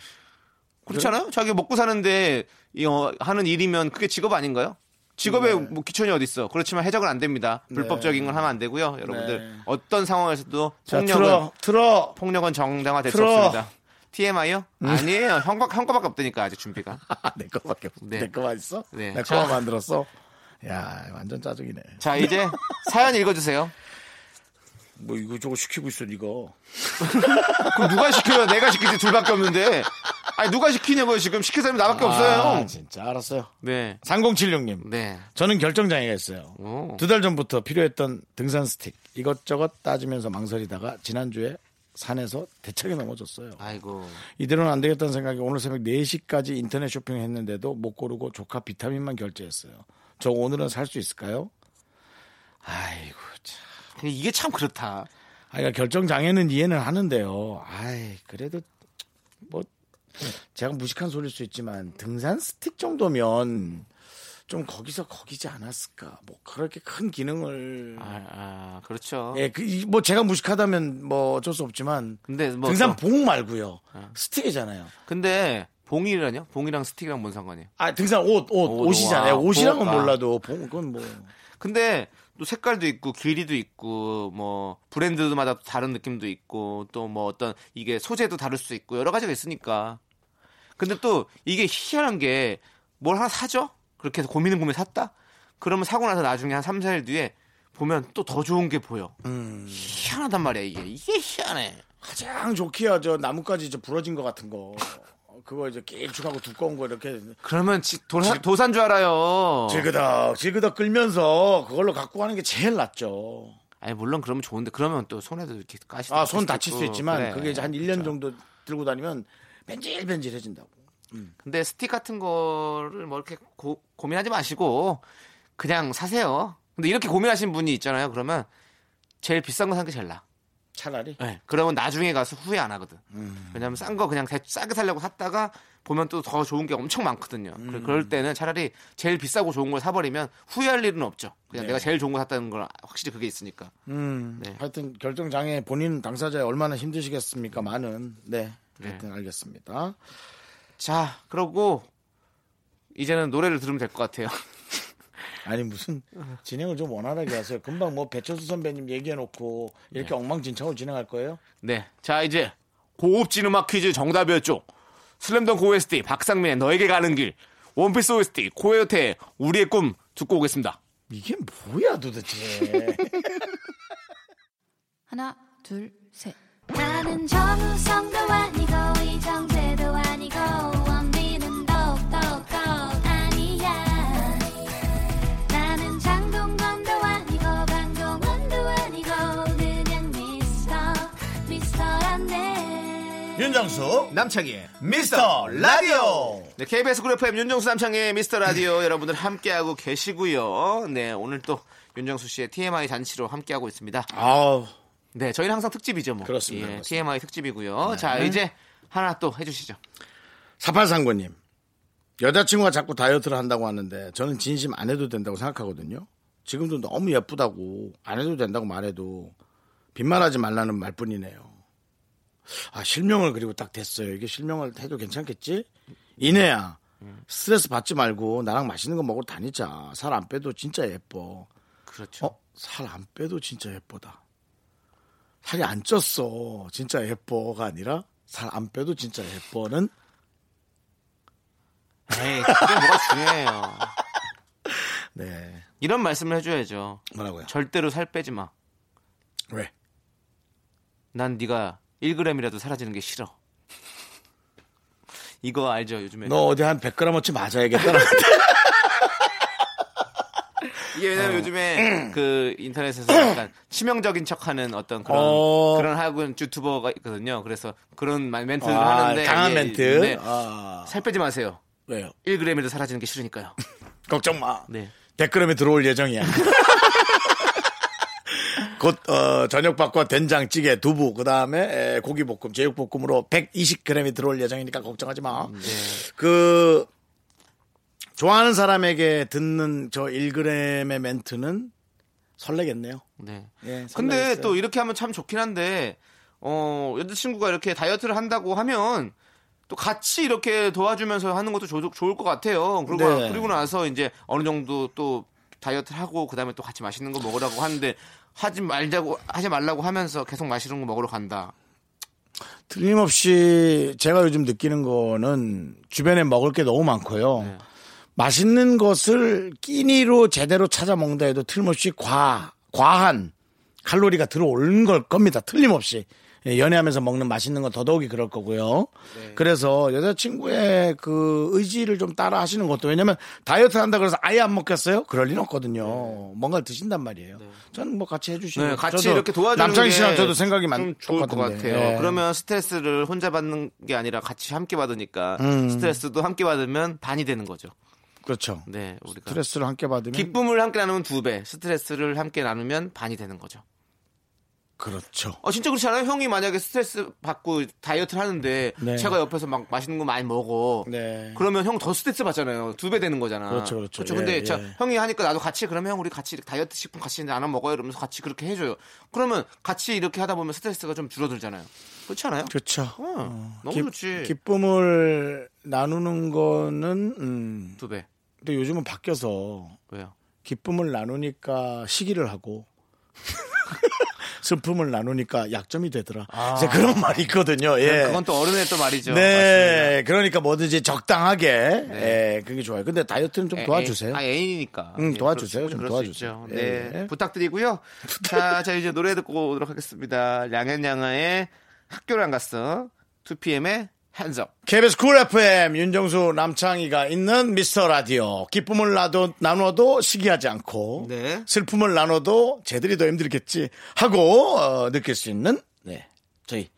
그렇잖아요. 자기 먹고 사는데 이, 어, 하는 일이면 그게 직업 아닌가요? 네. 직업에 뭐 기천이 어디 있어? 그렇지만 해적은 안 됩니다. 불법적인 건 하면 안 되고요, 여러분들 네. 어떤 상황에서도 자, 폭력은 틀어. 틀어. 폭력은 정당화될 틀어. 음. 수 없습니다. TMI요? 아니에요. 형과 형과밖에 없다니까 아직 준비가. 내 거밖에 없어. 네. 내 거만 있어? 네. 내 자. 거만 만들었어? 야, 완전 짜증이네. 자 이제 사연 읽어주세요. 뭐 이거저거 시키고 있어, 이거. 그럼 누가 시켜요? 내가 시키지 둘밖에 없는데. 아니 누가 시키냐고요 지금 시킬 사람이 나밖에 아, 없어요. 진짜 알았어요. 네. 3076님. 네. 저는 결정장애가 있어요. 오. 두 달 전부터 필요했던 등산 스틱 이것저것 따지면서 망설이다가 지난주에 산에서 대차게 넘어졌어요. 아이고. 이대로는 안 되겠다는 생각에 오늘 새벽 4시까지 인터넷 쇼핑했는데도 못 고르고 조카 비타민만 결제했어요. 저 오늘은 살 수 있을까요? 아이고 참. 근데 그 이게 참 그렇다. 아, 그러니까 결정장애는 이해는 하는데요. 아이 그래도 뭐 제가 무식한 소리일 수 있지만 등산 스틱 정도면 좀 거기서 거기지 않았을까. 뭐 그렇게 큰 기능을 아, 아 그렇죠. 예, 그, 이- 뭐 제가 무식하다면 뭐 어쩔 수 없지만 근데 뭐 등산 또- 봉 말고요. 스틱이잖아요. 근데 봉이라뇨? 봉이랑 스틱이랑 뭔 상관이에요? 아, 등산 옷, 옷, 옷, 옷이잖아요. 와, 옷이랑은 옷, 아. 몰라도 봉, 그건 뭐. 근데 또 색깔도 있고 길이도 있고 뭐 브랜드마다 다른 느낌도 있고 또 뭐 어떤 이게 소재도 다를 수 있고 여러 가지가 있으니까 근데 또 이게 희한한 게 뭘 하나 사죠 그렇게 해서 고민은 고민 샀다 그러면 사고 나서 나중에 한 3, 4일 뒤에 보면 또 더 좋은 게 보여 음. 희한하단 말이야 이게 이게 희한해 가장 좋기야 저 나뭇가지 저 부러진 거 같은 거 그거 이제 길쭉하고 두꺼운 거 이렇게 그러면 지, 도사, 도산 줄 어. 알아요 질그덕 질그덕 끌면서 그걸로 갖고 가는 게 제일 낫죠. 아니 물론 그러면 좋은데 그러면 또 손에도 이렇게 까시 아 손 다칠 수 있지만 그게 이제 한 1년 정도 들고 다니면 벤질벤질해진다고. 근데 스틱 같은 거를 뭐 이렇게 고, 고민하지 마시고 그냥 사세요. 근데 이렇게 고민하신 분이 있잖아요. 그러면 제일 비싼 거 사는 게 제일 나. 차라리 네. 그러면 나중에 가서 후회 안 하거든. 왜냐면 싼 거 그냥 대- 싸게 살려고 샀다가 보면 또 더 좋은 게 엄청 많거든요. 그래- 그럴 때는 차라리 제일 비싸고 좋은 걸 사버리면 후회할 일은 없죠. 그냥 내가 제일 좋은 거 샀다는 걸 확실히 그게 있으니까. 음. 네. 하여튼 결정 장애 본인 당사자에 얼마나 힘드시겠습니까? 많은 네. 하여튼 알겠습니다. 자, 그러고 이제는 노래를 들으면 될 것 같아요. 아니 무슨 진행을 좀 원활하게 하세요. 금방 뭐 배철수 선배님 얘기해 놓고 이렇게 엉망진창으로 진행할 거예요? 네. 자, 이제 고급진 음악 퀴즈 정답이었죠. 슬램덩크 OST 박상민의 너에게 가는 길. 원피스 OST 코요태의 우리의 꿈 듣고 오겠습니다. 이게 뭐야 도대체. 하나, 둘, 셋. 나는 정우성도 아니고 이정재도 아니고 원빈은 더욱더 아니야 나는 장동건도 아니고 강동원도 아니고 그냥 미스터 미스터란데 윤정수 남창희의 미스터 라디오 네, KBS 그래프 m 윤정수 남창의 미스터 라디오 여러분들 함께하고 계시고요. 네, 오늘 또 윤정수 씨의 TMI 잔치로 함께하고 있습니다. 아우 네, 저희는 항상 특집이죠, 뭐. 그렇습니다, 예, 그렇습니다. 네. TMI 특집이고요. 자, 이제 하나 또 해주시죠. 사팔상고님 여자친구가 자꾸 다이어트를 한다고 하는데 저는 진심 안 해도 된다고 생각하거든요. 지금도 너무 예쁘다고 안 해도 된다고 말해도 빈말하지 말라는 말뿐이네요. 아 실명을 그리고 딱 됐어요. 이게 실명을 해도 괜찮겠지? 이내야 스트레스 받지 말고 나랑 맛있는 거 먹으러 다니자. 살 안 빼도 진짜 예뻐. 그렇죠. 어? 살 안 빼도 진짜 예쁘다. 살이 안 쪘어. 진짜 예뻐가 아니라 살 안 빼도 진짜 예뻐는 에이, 그게 뭐가 중요해요. 네 이런 말씀을 해줘야죠. 뭐라고요? 절대로 살 빼지 마. 왜? 난 네가 1g이라도 사라지는 게 싫어. 이거 알죠 요즘에 너 어디 한 100g어치 맞아야겠다. 이게 어. 왜냐면 요즘에 그 인터넷에서 약간 치명적인 척하는 어떤 그런 어. 그런 하군 유튜버가 있거든요 그래서 그런 말- 멘트를 아, 하는데 강한 이게 멘트. 있는데 아, 살 빼지 마세요 왜요? 1g이라도 사라지는 게 싫으니까요 걱정 마. 네 100g이 들어올 예정이야. 곧 어, 저녁밥과 된장찌개, 두부, 그 다음에 고기볶음, 제육볶음으로 120g이 들어올 예정이니까 걱정하지 마. 그 좋아하는 사람에게 듣는 저 1g의 멘트는 설레겠네요. 네. 예, 근데 설레겠어요. 또 이렇게 하면 참 좋긴 한데 어 여자친구가 이렇게 다이어트를 한다고 하면 또 같이 이렇게 도와주면서 하는 것도 조, 좋을 것 같아요. 그리고 네. 그리고 나서 이제 어느 정도 또 다이어트를 하고 그다음에 또 같이 맛있는 거 먹으라고 하는데 하지 말자고 하지 말라고 하면서 계속 맛있는 거 먹으러 간다. 틀림없이 제가 요즘 느끼는 거는 주변에 먹을 게 너무 많고요. 네. 맛있는 것을 끼니로 제대로 찾아 먹는다 해도 틀림없이 과, 과한 칼로리가 들어오는 걸 겁니다. 틀림없이. 예, 연애하면서 먹는 맛있는 건 더더욱이 그럴 거고요. 네. 그래서 여자친구의 그 의지를 좀 따라 하시는 것도 왜냐면 다이어트 한다 그래서 아예 안 먹겠어요? 그럴 리는 없거든요. 뭔가를 드신단 말이에요. 저는 뭐 같이 해주시고. 네, 같이 저도 이렇게 도와주는 남창희 씨랑 게 저도 생각이 좀 많, 좋을 것 똑같은데. 같아요. 예. 그러면 스트레스를 혼자 받는 게 아니라 같이 함께 받으니까 음. 스트레스도 함께 받으면 반이 되는 거죠. 그렇죠. 네, 우리가 스트레스를 함께 받으면 네. 기쁨을 함께 나누면 두 배, 스트레스를 함께 나누면 반이 되는 거죠. 그렇죠. 어 진짜 그렇지 않아요? 형이 만약에 스트레스 받고 다이어트를 하는데 네. 제가 옆에서 막 맛있는 거 많이 먹어. 네. 그러면 형 더 스트레스 받잖아요. 두 배 되는 거잖아. 그렇죠, 그렇죠. 예, 근데 자, 예. 형이 하니까 나도 같이 그러면 형 우리 같이 이렇게 다이어트 식품 같이 나눠 먹어요. 이러면서 같이 그렇게 해줘요. 그러면 같이 이렇게 하다 보면 스트레스가 좀 줄어들잖아요. 그렇지 않아요? 그렇죠. 어, 너무 좋지. 기쁨을 나누는 거는 음, 두 배. 근데 요즘은 바뀌어서 왜요? 기쁨을 나누니까 시기를 하고 슬픔을 나누니까 약점이 되더라. 이제 그런 말이 있거든요. 예. 아. 그건 또 어른의 또 말이죠. 네. 네, 그러니까 뭐든지 적당하게 예, 그게 좋아요. 근데 다이어트는 좀 에- 도와주세요. 아, 애인이니까. 응, 예, 도와주세요. 그렇- 좀 그럴 수 도와주세요. 있죠. 네. 예. 부탁드리고요. 자, 자, 이제 노래 듣고 오도록 하겠습니다. 양현양아의 학교를 안 갔어. 2PM의 Hands Up. KBS 쿨 FM 윤정수 남창희가 있는 미스터 라디오 기쁨을 나도, 나눠도 시기하지 않고 네. 슬픔을 나눠도 쟤들이 더 힘들겠지 하고 어, 느낄 수 있는 네 저희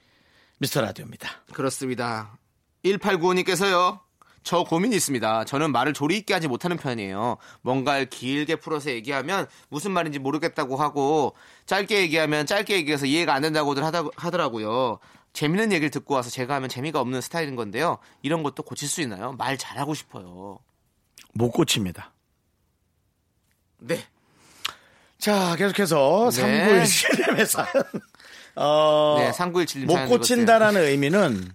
미스터 라디오입니다. 그렇습니다. 1895님께서요. 저 고민이 있습니다. 저는 말을 조리 있게 하지 못하는 편이에요. 뭔가를 길게 풀어서 얘기하면 무슨 말인지 모르겠다고 하고 짧게 얘기하면 짧게 얘기해서 이해가 안 된다고들 하다, 하더라고요. 재밌는 얘기를 듣고 와서 제가 하면 재미가 없는 스타일인 건데요. 이런 것도 고칠 수 있나요? 말 잘하고 싶어요. 못 고칩니다. 네. 자 계속해서 네. 3917님의 사연 어, 네, 3917님 못 사연 고친다라는 의미는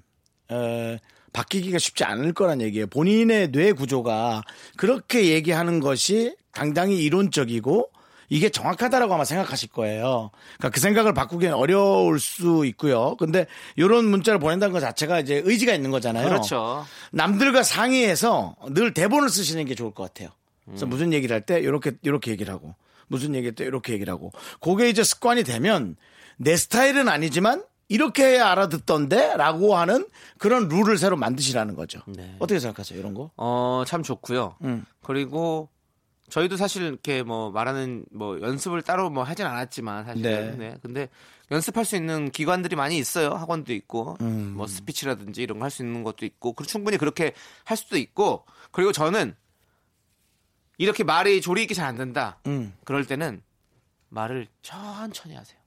에, 바뀌기가 쉽지 않을 거란 얘기예요. 본인의 뇌 구조가 그렇게 얘기하는 것이 당당히 이론적이고 이게 정확하다라고 아마 생각하실 거예요. 그러니까 그 생각을 바꾸기는 어려울 수 있고요. 근데 이런 문자를 보낸다는 것 자체가 이제 의지가 있는 거잖아요. 그렇죠. 남들과 상의해서 늘 대본을 쓰시는 게 좋을 것 같아요. 그래서 무슨 얘기를 할 때 이렇게 이렇게 얘기를 하고 무슨 얘기할 때 이렇게 얘기를 하고 그게 이제 습관이 되면 내 스타일은 아니지만 이렇게 해야 알아듣던데라고 하는 그런 룰을 새로 만드시라는 거죠. 어떻게 생각하세요? 이런 거? 어, 참 좋고요. 음. 그리고 저희도 사실 이렇게 뭐 말하는 뭐 연습을 따로 뭐 하진 않았지만 사실은 네. 네. 근데 연습할 수 있는 기관들이 많이 있어요. 학원도 있고 음. 뭐 스피치라든지 이런 거 할 수 있는 것도 있고 그리고 충분히 그렇게 할 수도 있고 그리고 저는 이렇게 말이 조리 있게 잘 안 된다. 음. 그럴 때는 말을 천천히 하세요.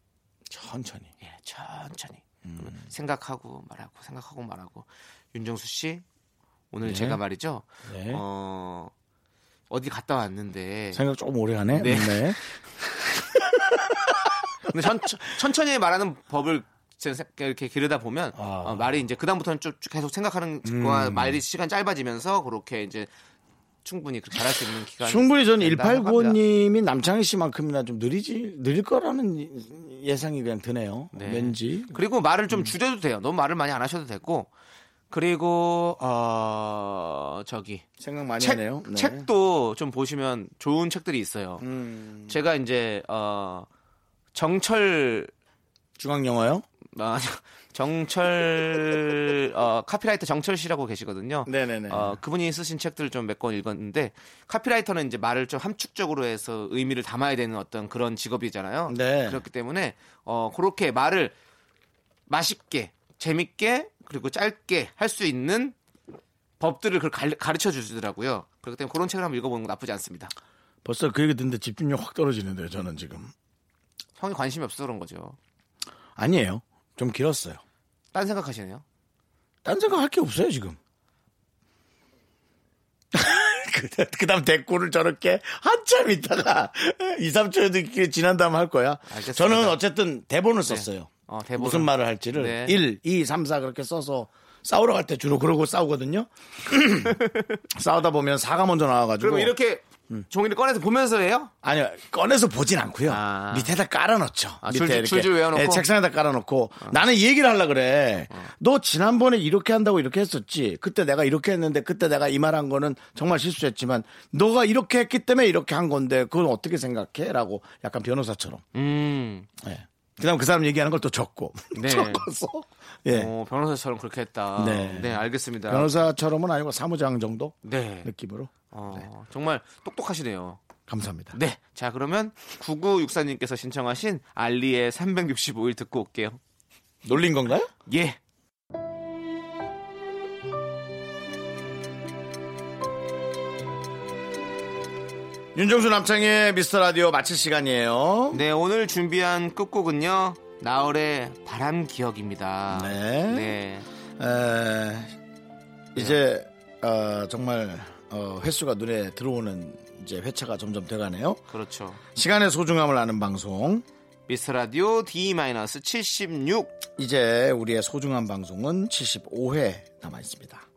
천천히. 예, 천천히 그러면 음. 생각하고 말하고 생각하고 말하고 윤정수 씨 오늘 제가 말이죠 네. 어 어디 갔다 왔는데 생각 조금 오래 하네. 네. 네. 근데 천, 천히 말하는 법을 제 생- 이렇게 기르다 보면 아. 음. 어, 말이 이제 그다음부터는 쭉, 쭉 계속 생각하는 거와 말이 시간 짧아지면서 그렇게 이제 충분히 그렇게 잘할 수 있는 기간 충분히 저는 1895님이 남창희 씨만큼이나 좀 느리지 느릴 거라는 예상이 그냥 드네요. 네. 왠지 그리고 말을 음. 좀 줄여도 돼요 너무 말을 많이 안 하셔도 되고 그리고 어 저기 생각 많이 책, 하네요. 네. 책도 좀 보시면 좋은 책들이 있어요. 음, 제가 이제 어 정철 중앙 영화요? 아, 정철 어 카피라이터 정철 씨라고 계시거든요. 네네네. 어 그분이 쓰신 책들 좀 몇 권 읽었는데 카피라이터는 이제 말을 좀 함축적으로 해서 의미를 담아야 되는 어떤 그런 직업이잖아요. 네. 그렇기 때문에 어 그렇게 말을 맛있게 재밌게 그리고 짧게 할 수 있는 법들을 그걸 가르쳐 주시더라고요. 그렇기 때문에 그런 책을 한번 읽어보는 거 나쁘지 않습니다. 벌써 그 얘기 듣는데 집중력 확 떨어지는데요, 저는 지금. 형이 관심이 없어서 그런 거죠. 아니에요. 좀 길었어요. 딴 생각하시네요. 딴 생각 할 게 없어요, 지금. 그- 그 다음 대꾸를 저렇게 한참 있다가 2, 3초에도 지난 다음 할 거야. 알겠습니다. 저는 어쨌든 대본을 썼어요. 어, 대본을. 무슨 말을 할지를 네. 1, 2, 3, 4 그렇게 써서 싸우러 갈 때 주로 그러고 싸우거든요. 싸우다 보면 4가 먼저 나와가지고. 그럼 이렇게 음. 종이를 꺼내서 보면서 해요? 아니요 꺼내서 보진 않고요 아. 밑에다 깔아놓죠 아, 밑에 줄- 이렇게 줄줄 외워놓고? 어. 예, 책상에다 깔아놓고 나는 이 얘기를 하려 그래 너 지난번에 이렇게 한다고 이렇게 했었지 그때 내가 이렇게 했는데 그때 내가 이 말 한 거는 정말 실수했지만 너가 이렇게 했기 때문에 이렇게 한 건데 그건 어떻게 생각해라고 약간 변호사처럼 음, 예. 그다음 그 사람 얘기하는 걸 또 적고 네. 적어서 예 어, 변호사처럼 그렇게 했다. 네. 네, 알겠습니다. 변호사처럼은 아니고 사무장 정도 네. 느낌으로 어, 정말 똑똑하시네요. 감사합니다 네. 자, 그러면 9964님께서 신청하신 알리의 365일 듣고 올게요. 놀린 건가요? 예. 윤정수 남창의 미스터 라디오 마칠 시간이에요. 네, 오늘 준비한 끝곡은요. 나얼의 바람 기억입니다. 네. 네. 에, 이제 어, 정말 어, 횟수가 눈에 들어오는 이제 회차가 점점 돼가네요. 그렇죠. 시간의 소중함을 아는 방송. 미스 라디오 D-76. 이제 우리의 소중한 방송은 75회 남아 있습니다.